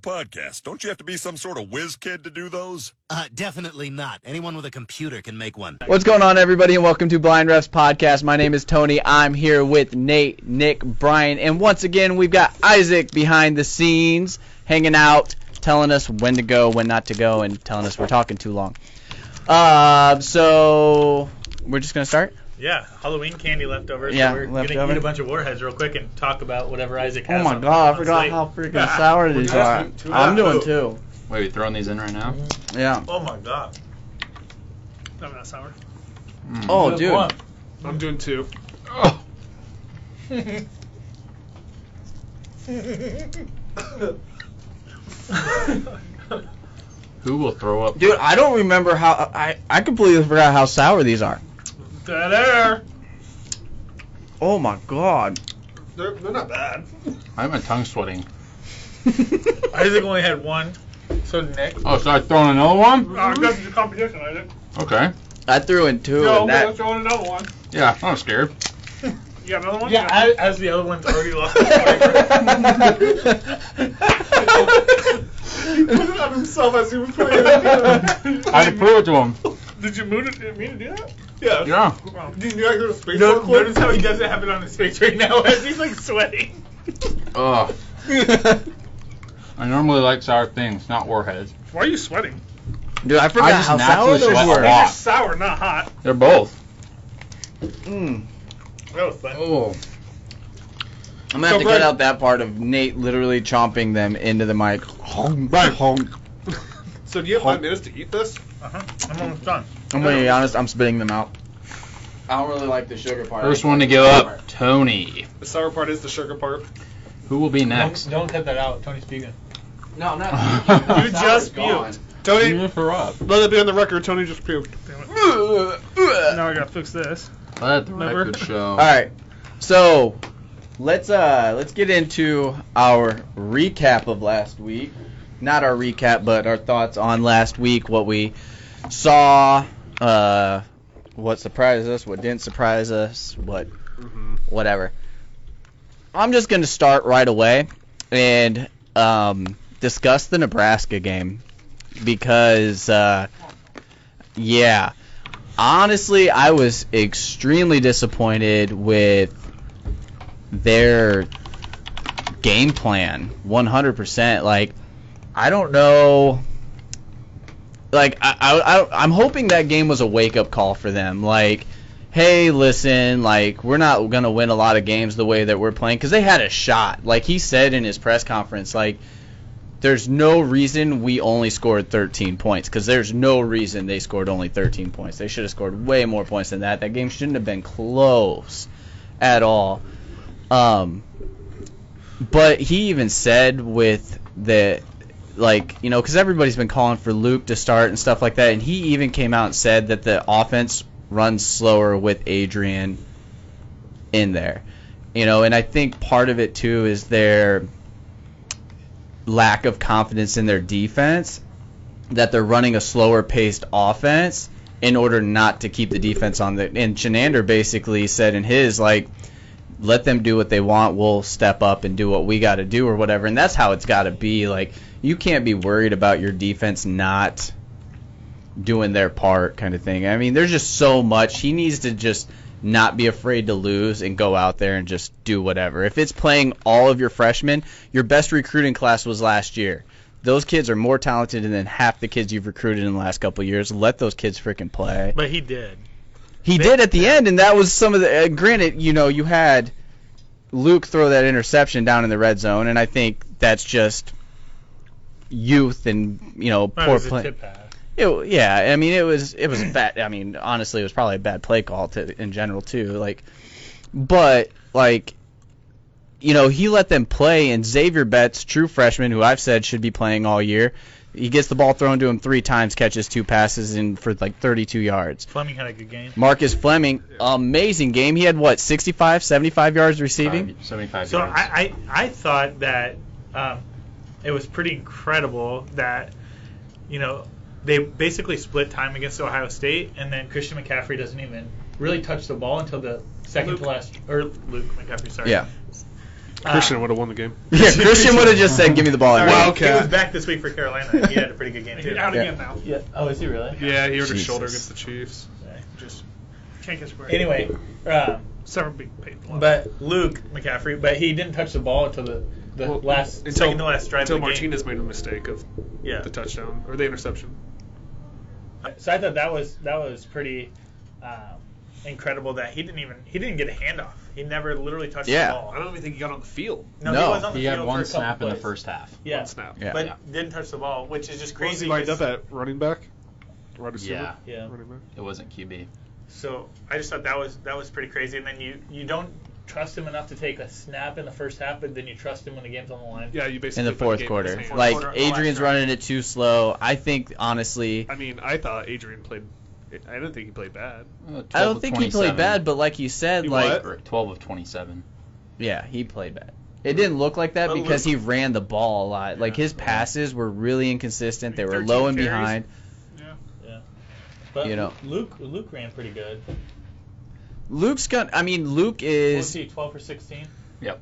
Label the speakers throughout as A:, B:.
A: broadcast. Don't you have to be some sort of whiz kid to do those?
B: Uh, definitely not. Anyone with a computer can make one.
C: What's going on, everybody, and welcome to Blind Refs Podcast. My name is Tony. I'm here with Nate, Nick, Brian, and once again, we've got Isaac behind the scenes, hanging out, telling us when to go, when not to go, and telling us we're talking too long. Uh, so we're just gonna start.
D: Yeah, Halloween candy leftovers.
C: Yeah,
D: so we're
C: leftover.
D: gonna eat a bunch of warheads real quick and talk about whatever Isaac has.
C: Oh my
D: on-
C: god, I
D: on
C: forgot
D: slate.
C: how freaking sour these are. I'm doing two.
E: Wait, we throwing these in right now?
C: Yeah.
D: Oh my god. I'm not sour.
C: Oh, dude.
D: One.
F: I'm doing two.
E: Oh. Who will throw up?
C: Dude, I don't remember how I I completely forgot how sour these are.
D: Dead air.
C: Oh my god.
F: They're, they're not bad.
E: I have my tongue sweating.
D: Isaac only had one. So Nick.
E: Oh, so I throwing another one?
F: Oh, I got your competition, Isaac.
E: Okay.
C: I threw in
F: Yo,
C: two, and
F: okay,
C: that
F: let's throw in another one.
E: Yeah, I'm scared.
F: You got another one?
D: Yeah, as, as the other one's already lost his flavor.
F: he put it on himself as he was putting it in.
E: I had to prove it to him.
F: Did you mean to, mean to do that? Yeah.
E: Yeah.
F: Did you not go to space?
D: Notice- Notice how he doesn't have it on his face right now as he's like sweating.
E: Ugh. I normally like sour things, not warheads.
F: Why are you sweating?
C: dude, I forgot
E: I just
C: how sour
E: naturally
C: those
E: sweat a
C: were.
E: lot.
F: They're sour, not hot.
E: They're both.
C: Mm.
F: That was fun.
E: Oh.
C: I'm gonna have
F: So,
C: to
F: Brad-
C: cut out that part of Nate literally chomping them into the mic.
F: So do you have five minutes to eat this?
D: Uh-huh. I'm almost done.
C: I'm gonna be honest, I'm spitting them out. I don't really like the sugar part.
E: First one to give up, Tony.
F: The sour part is the sugar part.
E: Who will be next?
D: Don't, don't cut that out. Tony's vegan.
C: No, I'm
E: You
C: Sour's
F: just
C: gone.
F: Tony,
E: throw up.
F: let it be on the record. Tony just puked.
D: Now I gotta fix this.
E: Let the
D: Remember?
E: record show.
C: All right, so let's uh let's get into our recap of last week. Not our recap, but our thoughts on last week, what we saw, uh, what surprised us, what didn't surprise us, what Mm-hmm. whatever. I'm just gonna start right away and um, discuss the Nebraska game because uh, yeah honestly, I was extremely disappointed with their game plan 100%. Like, I don't know. Like, I, I, I, I'm hoping that game was a wake up call for them. Like, hey, listen, like, we're not going to win a lot of games the way that we're playing because they had a shot. Like, he said in his press conference, like, there's no reason we only scored 13 points because there's no reason they scored only 13 points. They should have scored way more points than that. That game shouldn't have been close at all. Um, but he even said with the like you know because everybody's been calling for Luke to start and stuff like that, and he even came out and said that the offense runs slower with Adrian in there. You know, and I think part of it too is their lack of confidence in their defense that they're running a slower paced offense in order not to keep the defense on the and Chenander basically said in his like let them do what they want we'll step up and do what we got to do or whatever and that's how it's got to be like you can't be worried about your defense not doing their part kind of thing i mean there's just so much he needs to just not be afraid to lose and go out there and just do whatever if it's playing all of your freshmen your best recruiting class was last year those kids are more talented than half the kids you've recruited in the last couple of years let those kids freaking play
D: But he did.
C: he did at the end, and that was some of the. Uh, granted, you know, you had Luke throw that interception down in the red zone, and I think that's just youth and you know
D: That
C: poor
D: was a
C: play.
D: tip pass.
C: It, yeah, I mean, it was it was a bad. I mean, honestly, it was probably a bad play call to, in general too. Like, but like, you know, he let them play, and Xavier Betts, true freshman, who I've said should be playing all year. He gets the ball thrown to him three times, catches two passes, and for like 32 yards.
D: Fleming had a good game.
C: Marcus Fleming, amazing game. He had what, 65, 75 yards receiving?
E: Five- 75
D: So
E: yards.
D: I, I, I thought that um, it was pretty incredible that, you know, they basically split time against Ohio State, and then Christian McCaffrey doesn't even really touch the ball until the second
F: Luke.
D: to last, or Luke McCaffrey, sorry. Uh,
C: Yeah.
F: Christian would have won the game.
C: Yeah, Christian would have just said, "Give me the ball."
D: Sorry,
C: every
F: Wow.
C: week."
D: He
F: Wildcat.
D: was back this week for Carolina. and He had a pretty good game too.
G: Out
C: Yeah.
G: again now.
D: Yeah. Oh, is he really?
F: Yeah, he hurt his shoulder
C: Jesus.
F: against the Chiefs.
G: Just can't catch a break.
D: Anyway, um,
G: seven big paid.
D: but Luke McCaffrey, but he didn't touch the ball until the, the
F: Well,
D: last second to last drive
F: until
D: of the game.
F: Martinez made a mistake of
D: Yeah.
F: the touchdown or the interception.
D: So I thought that was that was pretty um, incredible that he didn't even he didn't get a handoff. He never literally touched
C: Yeah.
D: the
F: I
D: ball.
F: don't even think he got on the field.
D: No,
C: No.
D: he was on the
E: He had
D: field
E: one
D: for a couple
E: snap in the
D: plays.
E: first half.
D: Yeah.
F: One snap.
C: Yeah.
D: But didn't touch the ball, which is just
F: Crazy.
D: crazy.
F: He lined up
D: 'cause-
F: at running back. Right receiver.
E: Yeah.
D: Yeah.
F: Running back.
E: It wasn't Uh, QB.
D: So I just thought that was that was pretty crazy. And then you you don't trust him enough to take a snap in the first half, but then you trust him when the game's on the line.
F: Yeah, you basically
C: in the
F: put
C: fourth
F: game in
C: quarter.
F: his hands. oh,
C: Like
D: quarter, the last
C: Adrian's
D: drive.
C: running it too slow. I think honestly,
F: I mean, I thought Adrian played. I didn't think he played bad.
C: I don't think he played bad, but like you said,
F: He
C: like
F: what?
E: Twelve of twenty-seven.
C: yeah, he played bad. It didn't look like that
D: But
C: because he ran the ball a lot. Like his passes were really inconsistent. They were
F: 13
C: low and
F: carries.
C: behind.
D: But
C: You know.
D: Luke Luke ran pretty good.
C: Luke's got. I mean, Luke
D: We'll
C: is
D: see, twelve for sixteen.
E: Yep.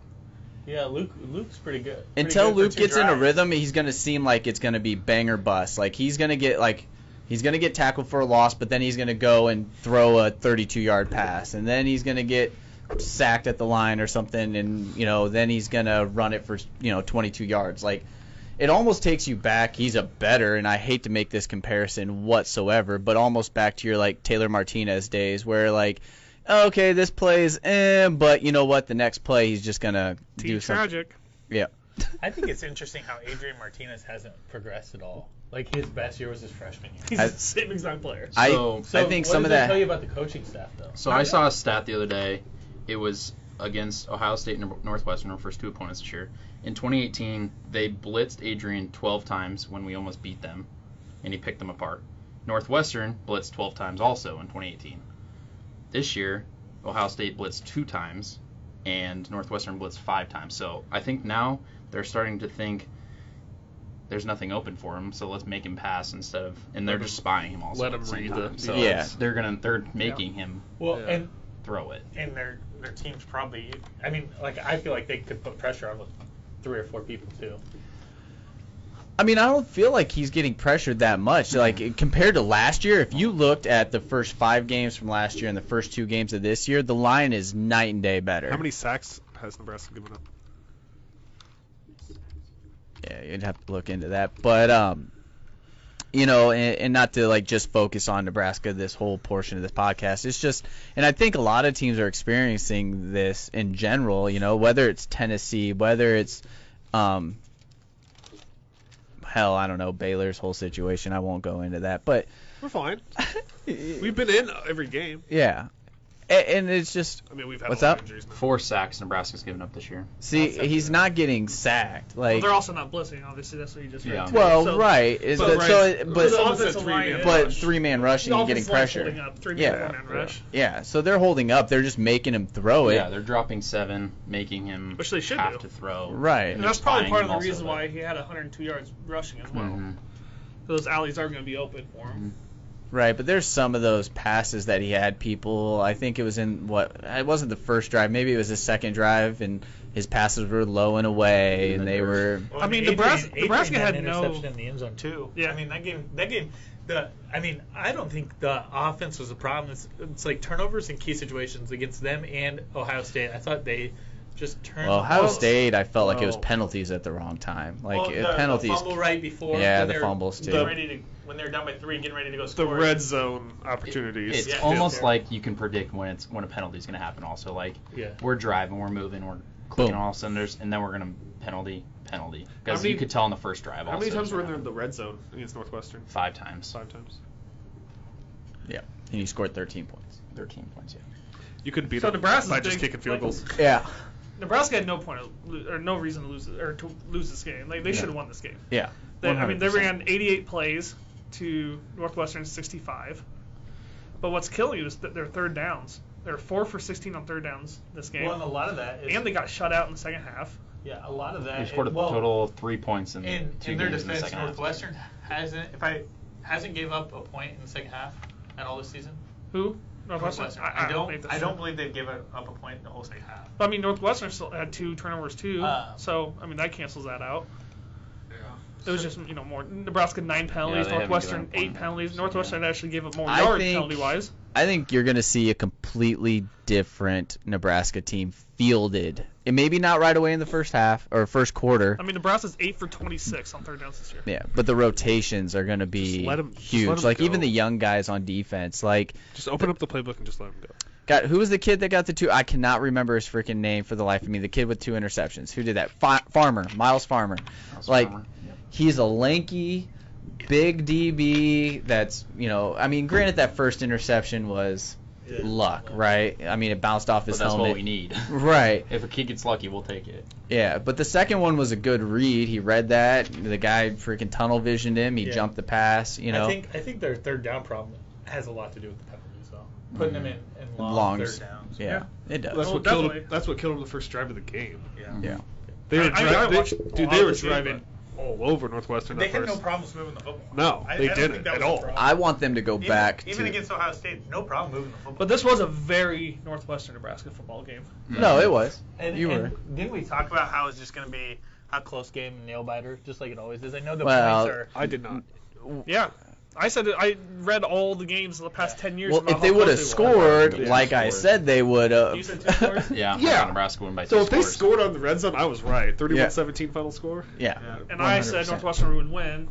D: Yeah, Luke Luke's pretty good. Pretty
C: until
D: good for
C: Luke
D: two
C: gets in a
D: drives.
C: rhythm, he's gonna seem like it's gonna be bang or bust. Like he's gonna get like he's gonna get tackled for a loss, but then he's gonna go and throw a 32 yard pass, and then he's gonna get sacked at the line or something, and you know then he's gonna run it for you know 22 yards. Like it almost takes you back. He's a better, and I hate to make this comparison whatsoever, but almost back to your like Taylor Martinez days where like. Okay, this plays, eh, but you know what? The next play, he's just gonna
G: Team
C: do something.
G: tragic.
C: Yeah.
D: I think it's interesting how Adrian Martinez hasn't progressed at all. Like his best year was his freshman year. He's
C: I-
D: the same exact player.
C: I,
E: So-
D: So
C: I think
D: what
C: some
D: does
C: of that.
D: tell you about the coaching staff though.
E: So I saw a stat the other day. It was against Ohio State and Northwestern, our first two opponents this year. In 2018, they blitzed Adrian 12 times when we almost beat them, and he picked them apart. Northwestern blitzed 12 times also in 2018. This year, Ohio State blitzed two times, and Northwestern blitzed five times. So I think now they're starting to think there's nothing open for him, so let's make him pass instead of, and they're just spying him also.
F: let
E: at
F: him
E: the same
F: read the-
E: time. So
C: Yeah.
E: it's- they're gonna they're making him
D: Well,
F: Yeah.
D: and
E: throw it.
D: and their their team's probably. I mean, like I feel like they could put pressure on with three or four people too.
C: I mean, I don't feel like he's getting pressured that much. Like compared to last year, if you looked at the first five games from last year and the first two games of this year, the line is night and day better.
F: How many sacks has Nebraska given up?
C: Yeah, you'd have to look into that. But um, you know, and, and not to like just focus on Nebraska this whole portion of this podcast. It's just, and I think a lot of teams are experiencing this in general. You know, whether it's Tennessee, whether it's um, hell, I don't know Baylor's whole situation. I won't go into that, but
F: We're fine. We've been in every game.
C: yeah, A- and it's just
F: I mean, we've had
C: What's
F: a lot
C: up?
F: of injuries. Now.
E: Four sacks Nebraska's given up this year.
C: see, he's not getting sacked.
G: Well,
C: Like,
G: they're also not blitzing. Obviously, that's what you just read.
E: Yeah.
G: too.
C: well,
G: So
C: right? Is
G: but
C: that,
G: right.
C: so? it-
G: the
F: Someone
C: But
F: said
G: offensive
F: three
G: line
F: man
G: is-
C: but three man rushing
G: the
C: and getting
G: offensive line's
C: pressure.
G: holding Up, three
C: Yeah.
G: man rush.
C: Yeah, so they're holding up. They're just making him throw it.
E: yeah, they're dropping seven, making him
G: Which they should
E: have
G: do.
E: to throw.
C: Right.
G: And that's probably
E: Spying
G: part of the
E: also,
G: reason
E: but-
G: why he had 102 yards rushing as well.
C: Mm-hmm.
E: Mhm.
G: Those alleys are going to be open for him.
C: Right, but there's some of those passes that he had people. I think it was in what it wasn't the first drive, maybe it was the second drive, and his passes were low and away, and they were.
D: Well,
G: I
D: and
G: mean,
D: Adrian-
G: Nebraska-
D: Adrian
G: Nebraska
D: had, an
G: had no-
D: interception in the end zone too.
G: Yeah.
D: I mean that game. That game. The. I mean, I don't think the offense was a problem. It's, it's like turnovers in key situations against them and Ohio State. I thought they just turned.
C: Well,
D: the
C: Ohio
D: ball-
C: State, I felt like it was
F: Oh.
C: penalties at the wrong time. Like
D: Well,
C: uh,
D: the,
C: penalties.
D: The fumble right before.
C: Yeah,
D: when
C: the
D: they're
C: fumbles, too.
D: getting Ready to, when they're down by three, and getting ready to go
F: The
D: score.
F: red zone opportunities.
E: It's
D: Yeah.
E: almost
D: Yeah.
E: like you can predict when it's when a penalty's going to happen. Also, like
D: Yeah.
E: we're driving, we're moving, we're clicking
C: Boom.
E: on all cylinders, and then we're going to penalty, penalty. Because
F: How many-
E: you could tell on the first drive.
F: How many
E: also,
F: times were in there in the red zone against Northwestern?
E: Five times.
F: Five times.
C: Yeah, and he scored 13 points.
E: Thirteen points. Yeah.
F: You could beat
G: So
F: them
G: Nebraska's
F: by just
G: big-
F: kicking field
G: like-
F: goals.
C: Yeah,
G: Nebraska had no point of, lo- or no reason to lose it- or to lose this game. Like they should have won this game.
C: yeah.
G: They, I mean, they
C: 100%.
G: ran 88 plays to Northwestern's 65. But what's killing you is that their third downs. They're four for 16 on third downs this game,
D: Well, and a lot of that is.
G: and they got shut out in the second half.
D: yeah, a lot of that.
E: They scored a
D: well,
E: total of three points in,
D: In,
E: two
D: in their
E: games in the
D: defense,
E: second half.
D: Northwestern hasn't if I hasn't gave up a point in the second half at all this season.
G: Who? Northwestern.
D: Northwestern.
G: I, I don't.
D: don't.
G: believe that's
D: I don't
G: true.
D: believe they've given up a point the whole second half.
G: But, I mean, Northwestern still had two turnovers too.
D: Uh,
G: so I mean, that cancels that out.
F: Yeah.
G: It was just you know more Nebraska nine penalties,
E: they haven't
G: Northwestern
E: given up
G: eight
E: one.
G: penalties.
E: So,
G: Northwestern actually gave up more
C: I
G: yards
C: think-
G: penalty wise.
C: I think you're going to see a completely different Nebraska team fielded. And maybe not right away in the first half or first quarter.
G: I mean, Nebraska's eight for twenty six on third downs this year.
C: Yeah, but the rotations are going to
H: Just
C: be
H: let 'em- just
C: huge.
H: let 'em
C: like
H: go.
C: even the young guys on defense, like
H: Just open up the playbook and just let him go.
C: got who was the kid that got the two? I cannot remember his freaking name for the life of me. The kid with two interceptions. Who did that? Fa- Farmer, Miles Farmer.
E: Miles
C: Like-
E: Farmer. Yep.
C: He's a lanky, big DB. That's you know, I mean, granted that first interception was luck, right? I mean, it bounced off
E: But
C: his
E: that's
C: helmet.
E: what we need.
C: Right.
E: if a kid gets lucky, we'll take it.
C: Yeah, but the second one was a good read. He read that. The guy freaking tunnel visioned him. He
D: Yeah.
C: jumped the pass. You know,
D: I think I think their third down problem has a lot to do with the penalties though. Putting them in, in long
C: Mm-hmm. Longs.
D: third downs.
C: yeah, it does.
H: That's
G: Oh,
H: what killed him.
G: definitely.
H: That's what killed him the first drive of the game.
D: Yeah.
C: Yeah.
H: They were
G: I- I mean, I
H: driving.
G: watched a
H: dude,
G: lot
H: they
G: of
H: were
G: this game,
H: driving all over Northwestern
D: They
H: at
D: had
H: first.
D: no problems moving the football.
H: No,
D: I-
H: they
D: I don't
H: didn't
D: think that
H: at
D: was a
H: all.
D: problem.
C: I want them to go
D: even,
C: back.
D: even
C: to,
D: against Ohio State, no problem moving the football.
G: But this was a very Northwestern Nebraska football game.
C: No, it was.
D: And,
C: you
D: and
C: were.
D: Didn't we talk about how it's just going to be a close game, nail biter, just like it always is? I know the
C: Well,
D: points are.
H: I did not.
G: Yeah. I said it, I read all the games of the past ten years.
C: Well,
G: about
C: if
G: how
C: they would have
G: close they were.
C: scored,
H: Yeah.
C: like I
E: Scored.
C: said, they would have.
G: You said two scores?
E: Yeah. I'm
H: Yeah.
E: taking Nebraska win by
H: So
E: two
H: if they
E: scores.
H: scored on the red zone, I was right. 31-17 final score.
C: yeah.
G: and I said
C: 100%.
G: Northwestern would win.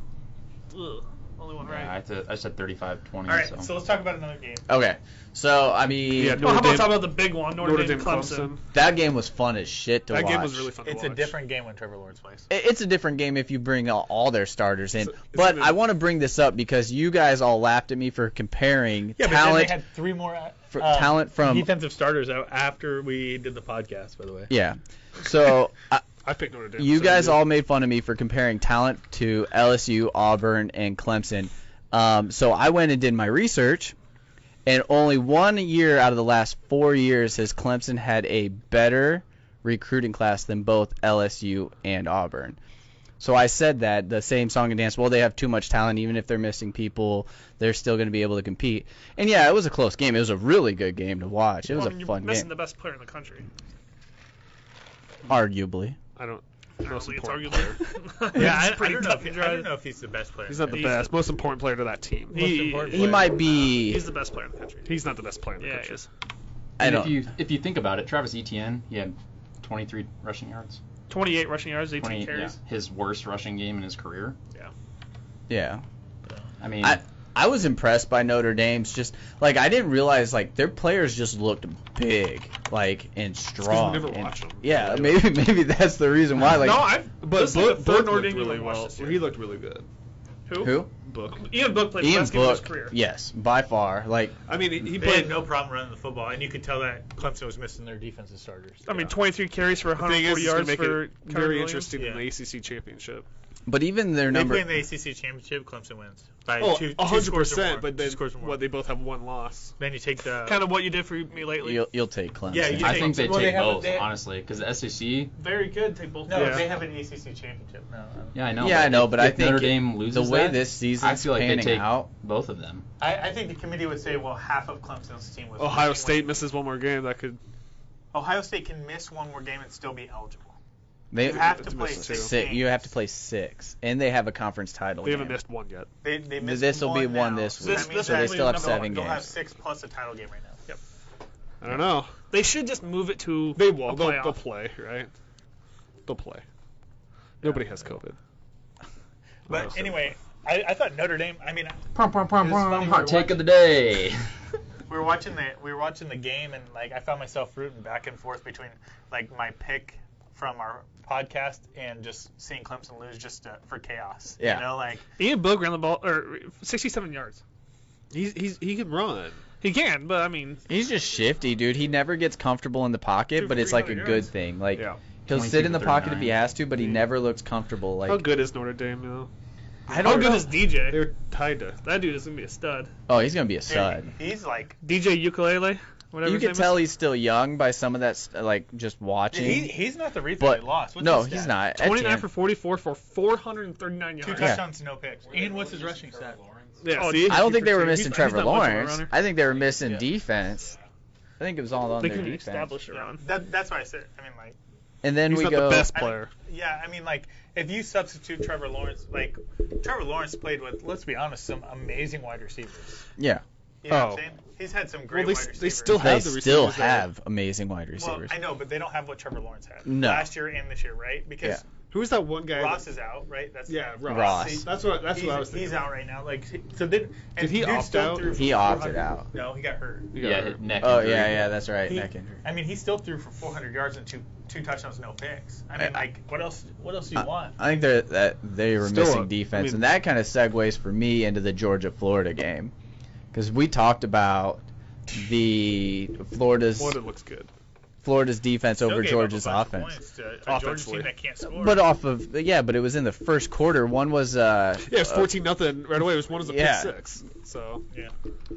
G: Ugh, only one
E: Yeah, I,
G: right.
E: had to- I said 35-20.
D: All right,
E: so.
D: so let's talk about another game.
C: Okay. So I mean,
H: Yeah,
G: well, how
H: Notre
G: about
H: Dame-
G: talk about the big one, Notre, Dame, Clemson.
C: that game was fun as shit to
H: That
C: watch.
H: game was really fun. to
D: It's a
H: watch.
D: different game when Trevor Lawrence plays.
C: It- It's a different game if you bring all, all their starters in.
H: So- isn't
C: but
H: it-
C: I want to bring this up because you guys all laughed at me for comparing
D: Yeah, but then
C: talent.
D: they had three more uh,
C: fr- talent from-
D: defensive starters out after we did the podcast. By the way,
C: yeah. So I,
H: I picked Notre Dame.
C: you
H: so
C: guys
H: did.
C: all made fun of me for comparing talent to LSU, Auburn, and Clemson. Um, so I went and did my research, and only one year out of the last four years has Clemson had a better recruiting class than both LSU and Auburn. So I said that the same song and dance. Well, they have too much talent. Even if they're missing people, they're still going to be able to compete. And yeah, it was a close game. It was a really good game to watch. It was
G: Well, I mean,
C: a
G: you're
C: fun
G: missing
C: game,
G: the best player in the country.
C: arguably.
H: I don't.
G: I
H: Most
G: believe
H: important
G: it's
H: player.
G: arguably.
D: yeah,
G: It's
D: I, I,
G: pretty
D: don't know
G: tough
D: if,
G: to
D: I
G: try.
D: don't know if he's the best player.
H: He's not the
G: He's-
H: best. Most important player to that team.
G: Most
H: He-
D: important
C: He might be.
G: He's the best player in the country.
H: he's not the best player in the
G: Yeah, he
H: country.
G: is.
C: I
E: And
C: don't.
E: if you if you think about it, Travis Etienne, he had 23 rushing yards,
G: 28 rushing yards, 18
E: 20 yeah,
G: carries.
E: his worst rushing game in his career.
C: yeah.
E: I mean,
C: I I was impressed by Notre Dame's just like I didn't realize like their players just looked big like and strong.
H: never
C: and-
H: watch 'em.
C: Yeah, maybe maybe that's the reason why. Like
G: no, Oh, I.
H: But
G: this is the
H: Book,
G: third
H: Book
G: Notre
H: looked
G: Dame game
H: really
G: I've watched
H: well.
G: this year.
H: He looked really good.
G: Who?
C: who?
H: Book.
G: Ian Book played the
C: Ian
G: best game of his
C: Book.
G: career.
C: Yes, by far. Like
H: I mean, he, he
D: They
H: played
D: had no problem running the football, and you could tell that Clemson was missing their defensive starters.
G: I mean, 23 carries for
H: thing
G: 140
H: is, it's gonna
G: yards
H: make
G: for
H: it
G: Kyron
H: very
G: Williams.
H: interesting in
D: Yeah.
H: the ACC championship.
C: but even their
D: they
C: number
D: play in the ACC championship. Clemson wins by
H: Oh,
D: two, two
H: 100
D: scores or more.
H: percent. But
D: two
H: then,
D: scores or more.
H: what? They both have one loss.
D: then you take the
G: Kind of what you did for me lately.
C: you'll, you'll take Clemson.
D: Yeah, you
E: I think they
D: Well, they
E: take
D: have-
E: both,
D: they-
E: honestly, because the E SEC.
G: Very good. Take both.
D: No,
H: Yeah.
D: they have an ACC championship. No,
E: Yeah, I know.
C: Yeah, I know,
E: if-
C: but I
E: if Notre
C: think
E: Dame loses
C: the way
E: that,
C: this
E: I
C: season's
E: feel like they
C: panning
E: take
C: out.
E: both of them.
D: I, I think the committee would say, well, half of Clemson's team was.
H: Ohio
D: missing
H: State
D: one-
H: misses one more game. That could.
D: Ohio State can miss one more game and still be eligible.
C: They
D: You have to
H: It's
D: play
H: missing
D: six.
H: two.
C: six,
D: games.
C: you have to play six, and they have a conference title.
H: They haven't
C: game.
H: missed one yet.
D: They, they missed
C: This will be one
D: now,
C: this
D: so that
G: week,
D: means
G: so they
D: that
G: still have
D: they'll-
C: seven
D: They'll have
C: games.
D: six plus a title game right now.
H: I don't know.
G: They should just move it to
H: They will.
G: a
H: They'll,
G: playoff.
H: they'll play, right? They'll play. Nobody has COVID.
D: But anyway, I, I thought Notre Dame. I mean,
E: Prom, prom, prom,
D: It's funny,
E: Hot
D: we're
E: take of the day.
D: we were watching the we were watching the game, and like I found myself rooting back and forth between like my pick from our podcast and just seeing Clemson lose just to, for chaos.
C: Yeah.
D: You know, like
G: Ian Book ran the ball or 67 yards.
H: He's, he's he can run.
G: He can, but I mean,
C: He's just shifty, dude. He never gets comfortable in the pocket,
G: Two
C: but
G: for
C: it's like a
G: 300
C: good
G: yards.
C: thing. Like
H: Yeah.
C: he'll
E: 22
C: sit in
E: to
C: the pocket if
E: 39.
C: he has to, but he never looks comfortable. Like
H: How good is Notre Dame though?
C: I
G: how
C: don't
G: good
C: know.
G: is DJ?
H: They're tied to.
G: That dude is gonna be a stud.
C: Oh, he's gonna be a
D: dude,
C: stud.
D: he's like
G: DJ Ukulele, whatever.
C: You
G: his
C: can
G: name
C: tell
G: Is.
C: he's still young by some of that, st- like just watching.
D: he, he's not the reason
C: but
D: they lost. What's
C: no,
D: his
C: he's
D: stat?
C: not.
G: 29
C: Etienne-
G: for 44 for 439
D: Two
G: yards.
D: touchdowns, no picks. And what's his
F: Really
D: rushing
F: using
D: stat?
F: Trevor Lawrence?
H: Yeah,
G: Oh,
H: see?
C: I don't think they were
G: He's-
C: missing
G: he's
C: Trevor
G: not much of a
C: Lawrence.
G: runner.
C: I think they were missing defense. I think it was all on
G: They
C: their
G: couldn't
C: defense.
G: establish a run.
D: That, that's why I said. I mean, like,
C: And then
H: He's
C: we
H: not
C: go.
H: the best
D: I don't-
H: player.
D: yeah, I mean, like, if you substitute Trevor Lawrence, like, Trevor Lawrence played with, let's be honest, some amazing wide receivers.
C: Yeah,
D: You know what
H: Oh.
D: I'm saying? He's had some
H: Well,
D: great
H: they,
D: wide
H: s-
D: receivers.
H: they still
C: they
H: have the
C: still
H: receivers that-
C: have amazing wide receivers.
D: Well, I know, but they don't have what Trevor Lawrence had
C: No.
D: last year and this year, right? Because
F: Who is that one guy?
D: Ross
F: that-
D: is out, right? That's
F: yeah, Ross.
C: Ross.
F: See, that's what that's
D: he's,
F: what I was thinking.
D: he's out right now. Like, so did, and
F: Did he
D: dude
F: opt
D: still
F: out?
D: threw for
C: He
D: 400
C: opted out.
D: No, he got hurt.
E: Yeah, hit neck.
C: oh
E: injury.
C: yeah, yeah, that's right.
D: He-
C: neck injury.
D: I mean, he still threw for 400 yards and two two touchdowns, no picks. I mean,
C: I-
D: like, what else? What else do you want?
C: I think they're, that they were
H: Still,
C: missing
H: uh,
C: defense,
H: I mean-
C: and that kind of segues for me into the Georgia Florida game because we talked about the Florida's
H: Florida looks good.
C: Florida's defense
D: Still
C: over
D: gave up a
C: Georgia's
D: bunch of
C: offense.
D: points to a Georgia
H: Offensively.
D: team that can't score.
C: But off of yeah, but it was in the first quarter. One was uh
H: Yeah, it was
C: uh,
H: 14 nothing right away. It was one as a
C: yeah.
H: pick six. So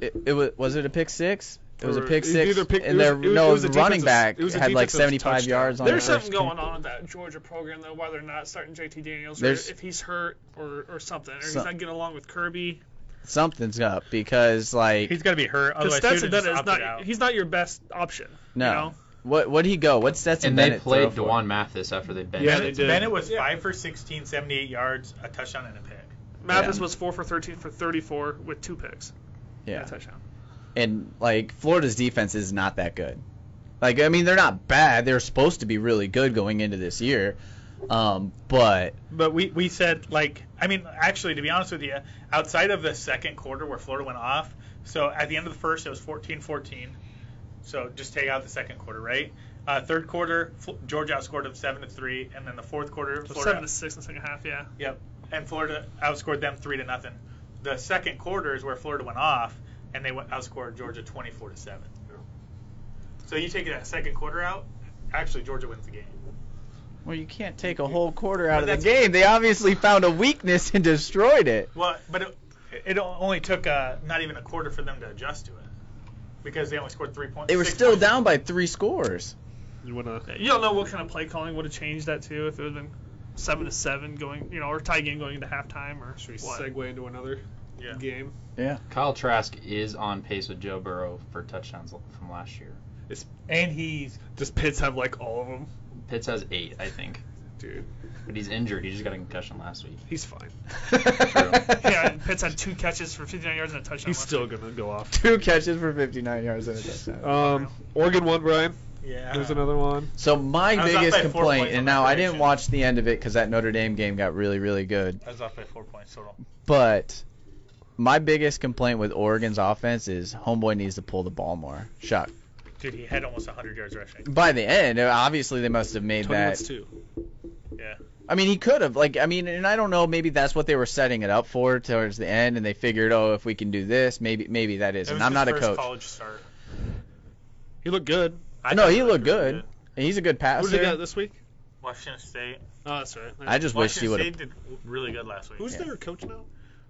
C: it, it was was it a pick six? It was a
H: Or-
C: pick
H: it was
C: six,
H: either pick-
C: and
H: it was-
C: their
H: it was-
C: no
H: it was a
C: running
H: defensive-
C: back
H: it was a
C: had like
H: defensive
C: 75
H: touchdown.
C: yards on
G: There's
C: the first
G: something going on with that Georgia program though, why they're not starting JT Daniels, or
C: There's-
G: if he's hurt or, or something, or he's
C: Some-
G: not getting along with Kirby.
C: Something's up because like
D: he's gonna be hurt. Otherwise,
G: Because
D: he
G: Stetson
D: would've just
G: Bennett is
D: opted
G: not
D: out.
G: he's not your best option.
C: no.
G: You know?
C: What what would he go? What Stetson
E: And they
C: Bennett
E: played
C: throw for?
E: Dewan Mathis after they benched
H: Yeah,
E: him.
H: they did.
D: Bennett was five for 16, 78 yards, a touchdown and a pick.
G: Mathis
C: Yeah.
G: was four for thirteen for thirty four with two picks.
C: Yeah.
G: And a touchdown.
C: and like Florida's defense is not that good. Like I mean, they're not bad. They're supposed to be really good going into this year, um, but
D: But we, we said like I mean actually to be honest with you, outside of the second quarter where Florida went off, so at the end of the first it was 14-14. So just take out the second quarter, right? Uh, third quarter Fl- Georgia outscored them seven to three, and then the fourth quarter
G: So
D: Florida
G: seven to six in the second half, yeah.
D: Yep. And Florida outscored them three to nothing. The second quarter is where Florida went off, and they went outscored Georgia twenty-four to seven. So you take that second quarter out, actually Georgia wins the game.
C: well, you can't take a whole quarter out
D: But
C: of the
D: that's-
C: game. They obviously found a weakness and destroyed it.
D: Well, but it, it only took uh, not even a quarter for them to adjust to it, because they only scored three points.
C: They were
D: six
C: still
D: points.
C: down by three scores.
H: you want to.
G: You don't know what kind of play calling would have changed that too if it would have been seven to seven going, you know, or tie game going into halftime or
F: Should we
G: what.
F: segue into another
D: Yeah.
F: game?
E: Kyle Trask is on pace with Joe Burrow for touchdowns l- from last year.
D: And he's
F: Does Pitts have like all of them?
E: Pitts has eight, I think,
F: Dude,
E: but he's injured. He just got a concussion last week.
F: he's fine.
G: yeah, and Pitts had two catches for 59 yards and a touchdown.
F: He's
G: last
F: still
G: week.
F: gonna go off.
C: Two catches for 59 yards and a touchdown.
F: Um, Oregon won, Brian.
D: yeah.
F: There's another one.
C: So my
D: I was up
C: biggest
D: by four
C: complaint,
D: points on
C: and
D: my
C: now I
D: prediction.
C: didn't watch the end of it because that Notre Dame game got really, really good.
D: I was off by four points total.
C: But my biggest complaint with Oregon's offense is homeboy needs to pull the ball more. Shuck.
D: Dude, he had almost 100 yards rushing.
C: By the end, obviously they must have made
F: Tony
C: that.
F: wants two.
D: Yeah.
C: I mean, he could have. Like, I mean, and I don't know. Maybe that's what they were setting it up for towards the end, and they figured, oh, if we can do this, maybe, maybe that is.
D: It was
C: And I'm
D: his
C: not a
D: first
C: coach.
D: college start.
F: He looked good.
D: I
C: No,
D: thought
C: he
D: looked
C: looked
D: really
C: good. And He's a good
F: Who did they got
C: passer.
F: this week?
D: Washington State.
F: Oh, that's right.
C: I just wish he
D: Washington
C: would
D: State
C: have.
D: did really good last week.
F: Who's
C: Yeah.
F: their coach now?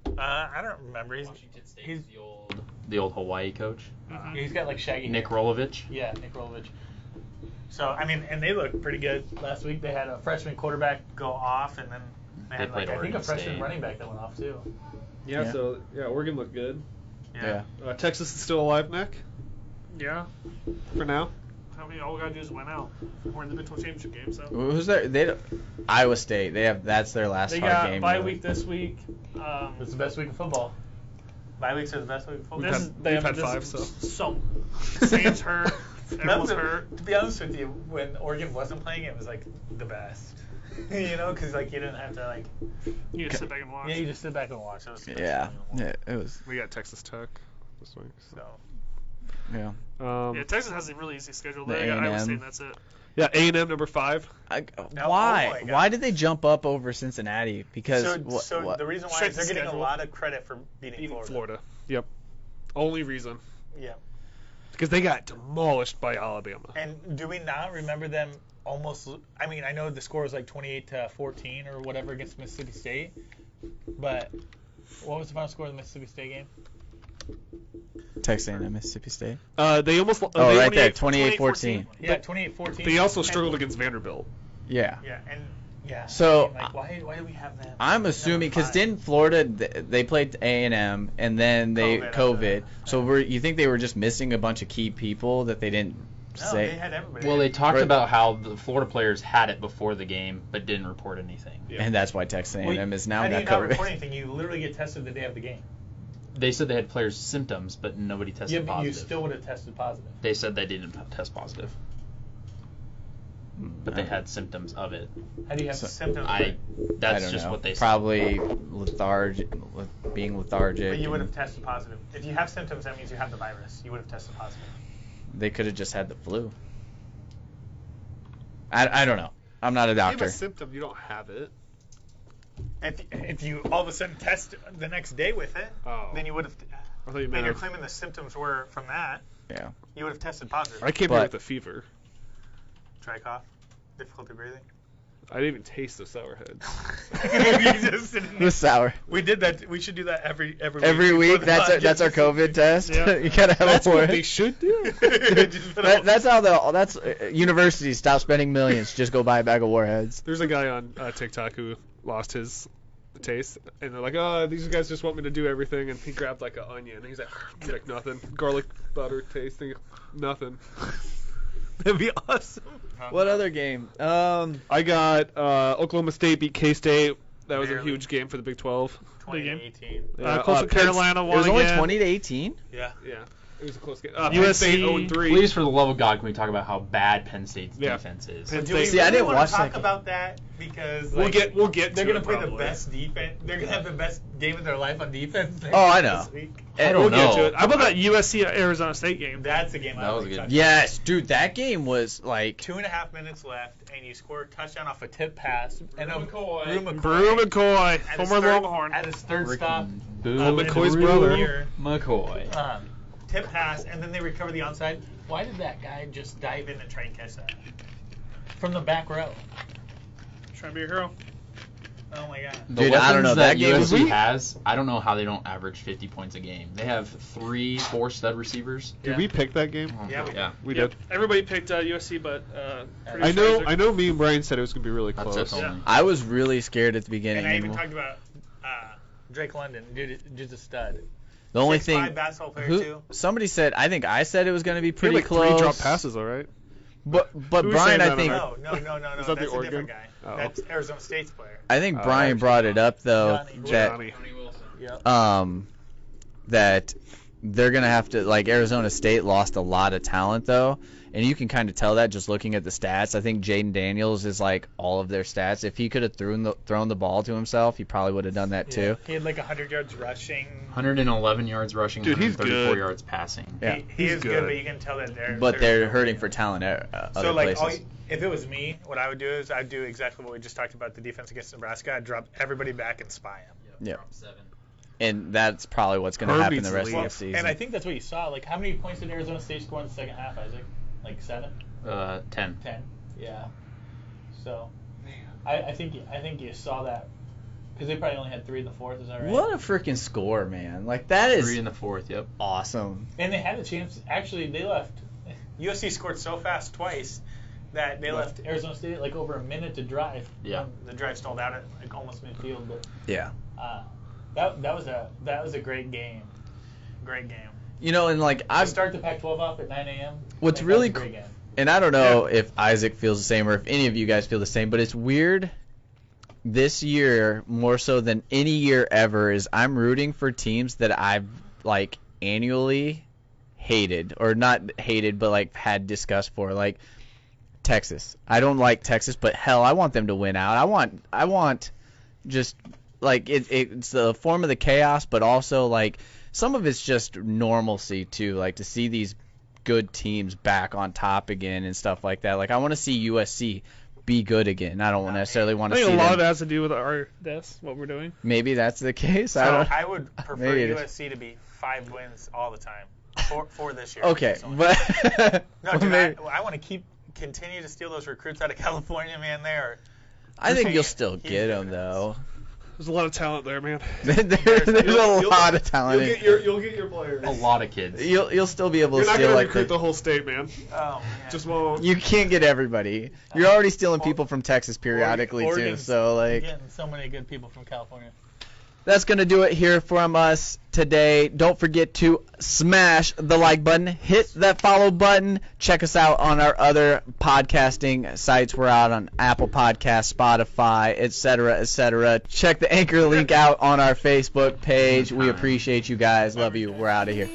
D: Uh, I don't remember. He's
E: Washington State
D: he's- mhm.
E: the old the old Hawaii coach,
D: he's got like shaggy.
E: Nick Rolovich.
D: Yeah, Nick Rolovich. So I mean, and they looked pretty good last week. They had a freshman quarterback go off, and then they had
E: played
D: like I think a
E: Oregon
D: freshman
E: State.
D: running back that went off too.
F: Yeah,
C: Yeah.
F: So yeah, Oregon looked good.
C: Yeah.
F: Uh, Texas is still alive, Nick.
G: Yeah.
F: For now.
G: I mean, all we gotta do is win out. We're in the Big 12 championship game, so.
C: Who's their? They don't- Iowa State. They have. That's their last
G: They
C: hard
G: got
C: game.
G: bye
C: really.
G: week this week. Um,
D: It's the best week of football. Bye weeks are the best week of football.
G: this is, they
F: we've
G: have
F: had
G: this
F: five,
G: is
F: so.
G: So, Sam's hurt. Everyone's hurt.
D: To be honest with you, when Oregon wasn't playing, it was like the best. you know, because like you didn't have to like
G: You just sit back and watch.
D: yeah, you just sit back and watch. It was it was
C: Yeah.
D: fun to watch.
C: yeah. It was.
F: We got Texas Tech this week.
D: So
C: Yeah.
F: Um,
G: Yeah, Texas has a really easy schedule.
C: The
G: They got Iowa
C: A&M.
G: State, and that's it.
F: yeah, A and M number five.
C: I,
D: Now-
C: why?
D: oh my
C: why
D: God.
C: did they jump up over Cincinnati? Because
D: so,
C: wha-
D: so
C: wha-
D: the reason why
G: Strength
D: is they're getting a
G: schedule.
D: lot of credit for beating,
F: Florida.
D: Florida.
F: Yep. Only reason
D: Yeah.
F: because they got demolished by Alabama.
D: And do we not remember them almost? I mean, I know the score was like 28 to 14 or whatever against Mississippi State, but what was the final score of the Mississippi State game?
C: Texas A&M, Mississippi State.
F: Uh, they almost. lo-
C: Oh,
F: they
C: right
F: only-
C: there,
G: 28,
C: 28-14.
D: Yeah, 28 14.
F: They also struggled against Vanderbilt.
C: Yeah.
D: Yeah, and Yeah.
C: So,
D: I mean, like, why why do we have that?
C: I'm assuming because didn't Florida th- they played A and M and then they
D: COVID,
C: COVID.
D: uh,
C: so were you think they were just missing a bunch of key people that they didn't
D: no,
C: say?
D: they had everybody.
E: Well, they talked
C: Right.
E: about how the Florida players had it before the game but didn't report anything.
C: and that's why Texas A
D: Well,
C: and M is now
D: how do
C: got
D: you not
C: COVID.
D: report anything? You literally get tested the day of the game.
E: They said they had players symptoms, but nobody tested
D: Yeah, but
E: positive.
D: you still would have tested positive.
E: They said they didn't test positive, but they had symptoms of it.
D: How do you have
C: So-
D: symptoms?
E: I.
C: I
E: That's
C: don't
E: just
C: know.
E: what they said.
C: Probably lethargic, leth- being lethargic.
D: But you would
C: and
D: have tested positive. If you have symptoms, that means you have the virus. You would have tested positive.
C: they could have just had the flu. I, I don't know. I'm not a
H: You have
C: doctor.
H: a symptom, you don't have it.
D: If, if you all of a sudden test the next day with it,
H: Oh.
D: then you would have.
H: I thought you
D: I mean, you're
H: meant.
D: claiming the symptoms were from that.
C: Yeah.
D: You would have tested positive.
H: I came
C: But-
H: here with a fever.
D: Dry cough, difficulty breathing.
H: I didn't even taste the sour head.
D: we, just
C: The
D: didn't,
C: sour.
D: we did that. We should do that every every
C: Every
D: week. before
C: week,
D: the
C: that's our,
D: podcast.
C: that's our COVID test.
G: Yeah.
C: you gotta have
H: That's
C: a
H: what
C: warrant.
H: they should do.
D: Just put
C: That,
D: a-
C: that's how the that's uh, universities stop spending millions. Just go buy a bag of warheads.
H: There's a guy on uh, TikTok who lost his taste, and they're like, "Oh, these guys just want me to do everything." And he grabbed like an onion, and he's like, he's like nothing, garlic butter tasting, nothing.
G: That'd be awesome.
C: What other game? Um,
H: I got uh, Oklahoma State beat K State. That was a
D: Barely.
H: huge game for the Big 12.
D: 2018.
H: Uh,
G: Coastal
H: Penn-
G: Carolina
C: it
G: won
C: was only
G: again.
C: twenty to eighteen.
D: Yeah.
H: Yeah, it was a close game. Uh, Penn
G: USC
H: State 0 3.
E: Please, for the love of God, can we talk about how bad Penn State's
H: Yeah.
E: defense is?
G: Penn
D: Do we
G: State.
C: See, I
D: really
C: didn't
D: wanna
C: watch
D: talk
C: that game.
D: about that because
H: We'll
D: like,
H: get we'll get.
D: They're
H: to
D: gonna
H: it
D: play the
H: probably.
D: best defense. They're gonna have the best game of their life on defense. next-
C: Oh, I know.
D: This week.
C: I
E: don't
H: We'll get
E: know.
H: to it.
G: How about that USC Arizona State game?
D: That's a game.
E: That
D: I
E: was
D: would
E: a good-
D: touch.
C: Yes, dude, that game was like
D: Two and a half minutes left, and you score a touchdown off a tip pass. and a
F: McCoy.
D: Brew McCoy.
G: Brew McCoy,
D: at his
G: former
D: third-
G: Longhorn.
D: At his third stop.
E: Boo
H: Uh, McCoy's brother.
D: Year,
E: McCoy.
D: um, tip pass, and then they recover the onside. Why did that guy just dive in and try and catch that? From the back row.
G: Trying to be a hero.
D: Oh my god.
E: The
C: Dude, I don't
E: weapons
C: know, that game-
E: USC
C: we-
E: has. I don't know how they don't average 50 points a game. They have three, four stud receivers.
H: Did
D: Yeah.
H: we pick that game?
D: Yeah, we-
H: We
G: Yep.
H: did.
G: Everybody picked uh, USC, but uh,
H: I know.
G: producer
H: I know. Me and Brian said it was gonna be really
E: That's
H: close.
E: us only.
C: I was really scared at the beginning.
D: And I even
C: Animal.
D: talked about uh, Drake London, dude, just a stud.
C: the only
D: 6'5"
C: thing,
D: basketball player
C: who,
D: too.
C: somebody said, I think I said it was going to be
H: He had,
C: pretty
H: like
C: close.
H: Three drop passes, all right.
C: But but
H: Who was
C: Brian,
H: saying
C: I
H: that
C: think
H: on
D: No, no, no, no, no.
H: Is that the
D: That's a
H: Oregon?
D: different guy.
H: Oh.
D: That's Arizona State's player.
C: I think
H: Uh,
C: Brian brought it up though
D: Johnny.
C: that
H: Johnny.
C: um that they're gonna have to like Arizona State lost a lot of talent though, and you can kind of tell that just looking at the stats. I think Jaden Daniels is like all of their stats. If he could have thrown the thrown the ball to himself, he probably would have done that too.
D: He had like 100 yards rushing.
E: 111 yards rushing,
H: Dude, he's
E: 134
H: good.
E: yards passing.
C: Yeah.
D: He, he
H: He's
D: is good.
H: good.
D: but you can tell that they're.
C: But they're hurting for talent at uh, other
D: So like, all
C: places.
D: you, if it was me, what I would do is I'd do exactly what we just talked about the defense against Nebraska. I'd drop everybody back and spy him.
C: Yeah.
E: Drop seven.
C: and that's probably what's going to happen
H: Herbie's
C: the rest of
H: leading.
C: the season.
D: and I think that's what you saw. Like, how many points did Arizona State score in the second half, Isaac? Like seven.
E: Uh, 10.
D: Ten. Yeah. So, I, I think I think you saw that because they probably only had three in the fourth. Is that right?
C: what a freaking score, man! Like that
E: Three
C: is
E: in the fourth, yep.
C: awesome.
D: And they had a chance. Actually, they left. USC scored so fast twice that they left Arizona State like over a minute to drive.
E: Yeah.
D: The drive stalled out at like almost midfield, but
C: Yeah.
D: uh, that that was a that was a great game. Great game.
C: You know, and like
D: I
C: I've
D: start the Pac-12 off at 9 a.m.
C: What's
D: I think that
C: really
D: was a great
C: cr-
D: game.
C: and I don't know if Isaac feels the same or if any of you guys feel the same, but it's weird this year more so than any year ever is I'm rooting for teams that I've like annually hated or not hated but like had disgust for like Texas. I don't like Texas, but hell, I want them to win out. I want I want just like it, it's the form of the chaos, but also like some of it's just normalcy too. Like to see these good teams back on top again and stuff like that. Like I want to see USC be good again. I don't necessarily want
G: I
C: to see
G: think a lot
C: them.
G: of that has to do with our this, what we're doing.
C: Maybe that's the case. I
D: So
C: don't.
D: I would prefer
C: Maybe it is.
D: USC to be five wins all the time for, for this year.
C: Okay,
D: personally.
C: but
D: no, dude,
C: maybe-
D: I, I want to keep continue to steal those recruits out of California, man. They are
C: I think
D: saying
C: you'll still
D: huge
C: get them
D: dividends.
C: though.
H: There's a lot of talent there, man.
C: There- there's
F: You'll-
C: a
F: you'll-
C: lot of talent.
F: You'll get your, you'll
D: Oh,
F: get your players.
E: A lot of kids.
C: You'll you'll still be able
H: You're
C: to
H: not
C: steal
H: gonna
C: like
H: recruit
C: the,
H: the whole state, man.
D: Oh, man.
H: Just won't.
C: you can't get everybody. You're already stealing people from Texas periodically too.
D: Oregon.
C: So like
D: Getting so many good people from California.
C: that's gonna do it here from us today. Don't forget to smash the like button, hit that follow button, check us out on our other podcasting sites. We're out on Apple Podcasts, Spotify, etc., etc. Check the anchor link out on our Facebook page. We appreciate you guys. Love you. We're out of here.